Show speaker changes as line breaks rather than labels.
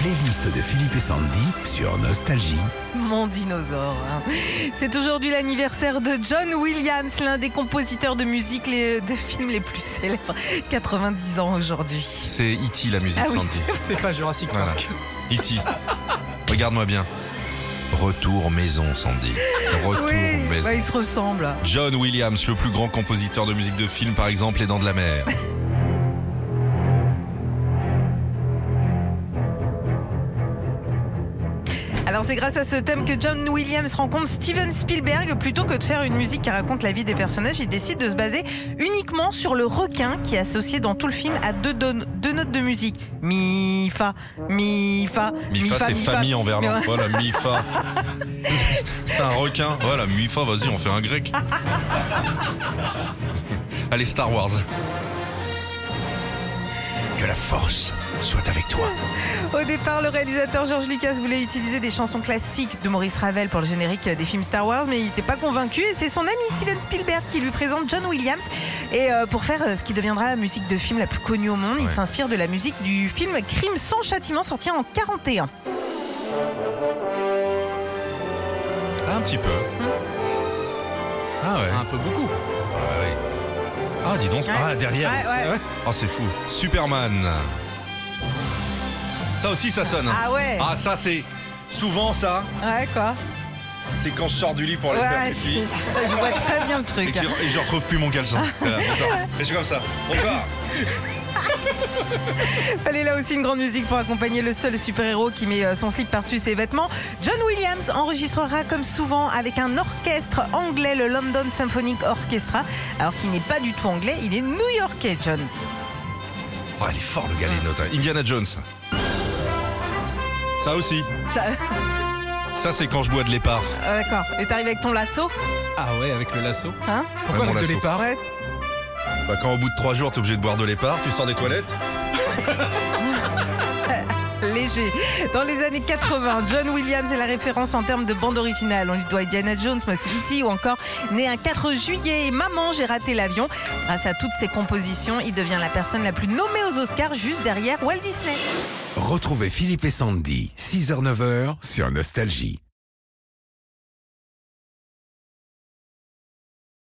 playlist de Philippe et Sandy sur Nostalgie.
Mon dinosaure. hein. C'est aujourd'hui l'anniversaire de John Williams, l'un des compositeurs de musique les- de films les plus célèbres. 90 ans aujourd'hui.
C'est E.T. la musique,
Ah oui,
Sandy.
C'est pas Jurassic
Voilà.
Park.
E.T. Regarde-moi bien. Retour maison, Sandy. Retour
Oui,
maison.
bah, ils se ressemblent.
John Williams, le plus grand compositeur de musique de film, par exemple, Les Dents de la Mer.
Alors c'est grâce à ce thème que John Williams rencontre Steven Spielberg. Plutôt que de faire une musique qui raconte la vie des personnages, il décide de se baser uniquement sur le requin qui est associé dans tout le film à deux, don- deux notes de musique. Mi, fa, mi, fa.
Mifa, c'est famille en verlan.
Mais ouais.
Voilà, Mifa. C'est un requin. Voilà, Mifa, vas-y, on fait un grec. Allez, Star Wars.
Que la force soit avec toi.
Au départ, le réalisateur George Lucas voulait utiliser des chansons classiques de Maurice Ravel pour le générique des films Star Wars, mais il n'était pas convaincu. Et c'est son ami Steven Spielberg qui lui présente John Williams. Et euh, pour faire euh, ce qui deviendra la musique de film la plus connue au monde, il
Ouais.
s'inspire de la musique du film Crime sans châtiment sorti en 41.
Un petit peu. Ah ouais.
Un peu beaucoup.
Ah, dis donc. Ah, derrière.
Ouais, ouais.
Oh, c'est fou. Superman. Ça aussi, ça sonne. hein.
Ah ouais.
Ah, ça, c'est. Souvent, ça,
Ouais, quoi.
c'est quand je sors du lit pour aller faire
Ouais,
pipi.
je, je vois très bien le
Et,
truc.
que je- et je retrouve plus mon caleçon. Voilà, bonsoir. et je suis comme ça. Bonsoir.
Fallait là aussi une grande musique pour accompagner le seul super-héros qui met euh, son slip par-dessus ses vêtements. John Williams enregistrera comme souvent avec un orchestre anglais, le London Symphonic Orchestra, alors qu'il n'est pas du tout anglais, il est new-yorkais, John.
Oh, il est fort le gars, les notes. hein. Indiana Jones. Ça aussi.
Ça-
Ça, c'est quand je bois de l'épargne.
Ah, D'accord. Et t'arrives avec ton lasso,
Ah ouais, avec le lasso. Ah.
hein
Pourquoi
mon
avec de
lasso.
l'épargne
Ouais.
Bah, quand au bout de trois jours, t'es obligé de boire de l'épargne, tu sors des toilettes.
Léger. Dans les années 80, John Williams est la référence en termes de bande originale. On lui doit Diana Jones, Mossy Kitty ou encore Né un 4 juillet et Maman, j'ai raté l'avion. Grâce à toutes ses compositions, il devient la personne la plus nommée aux Oscars juste derrière Walt Disney.
Retrouvez Philippe et Sandy, 6h-9h sur Nostalgie.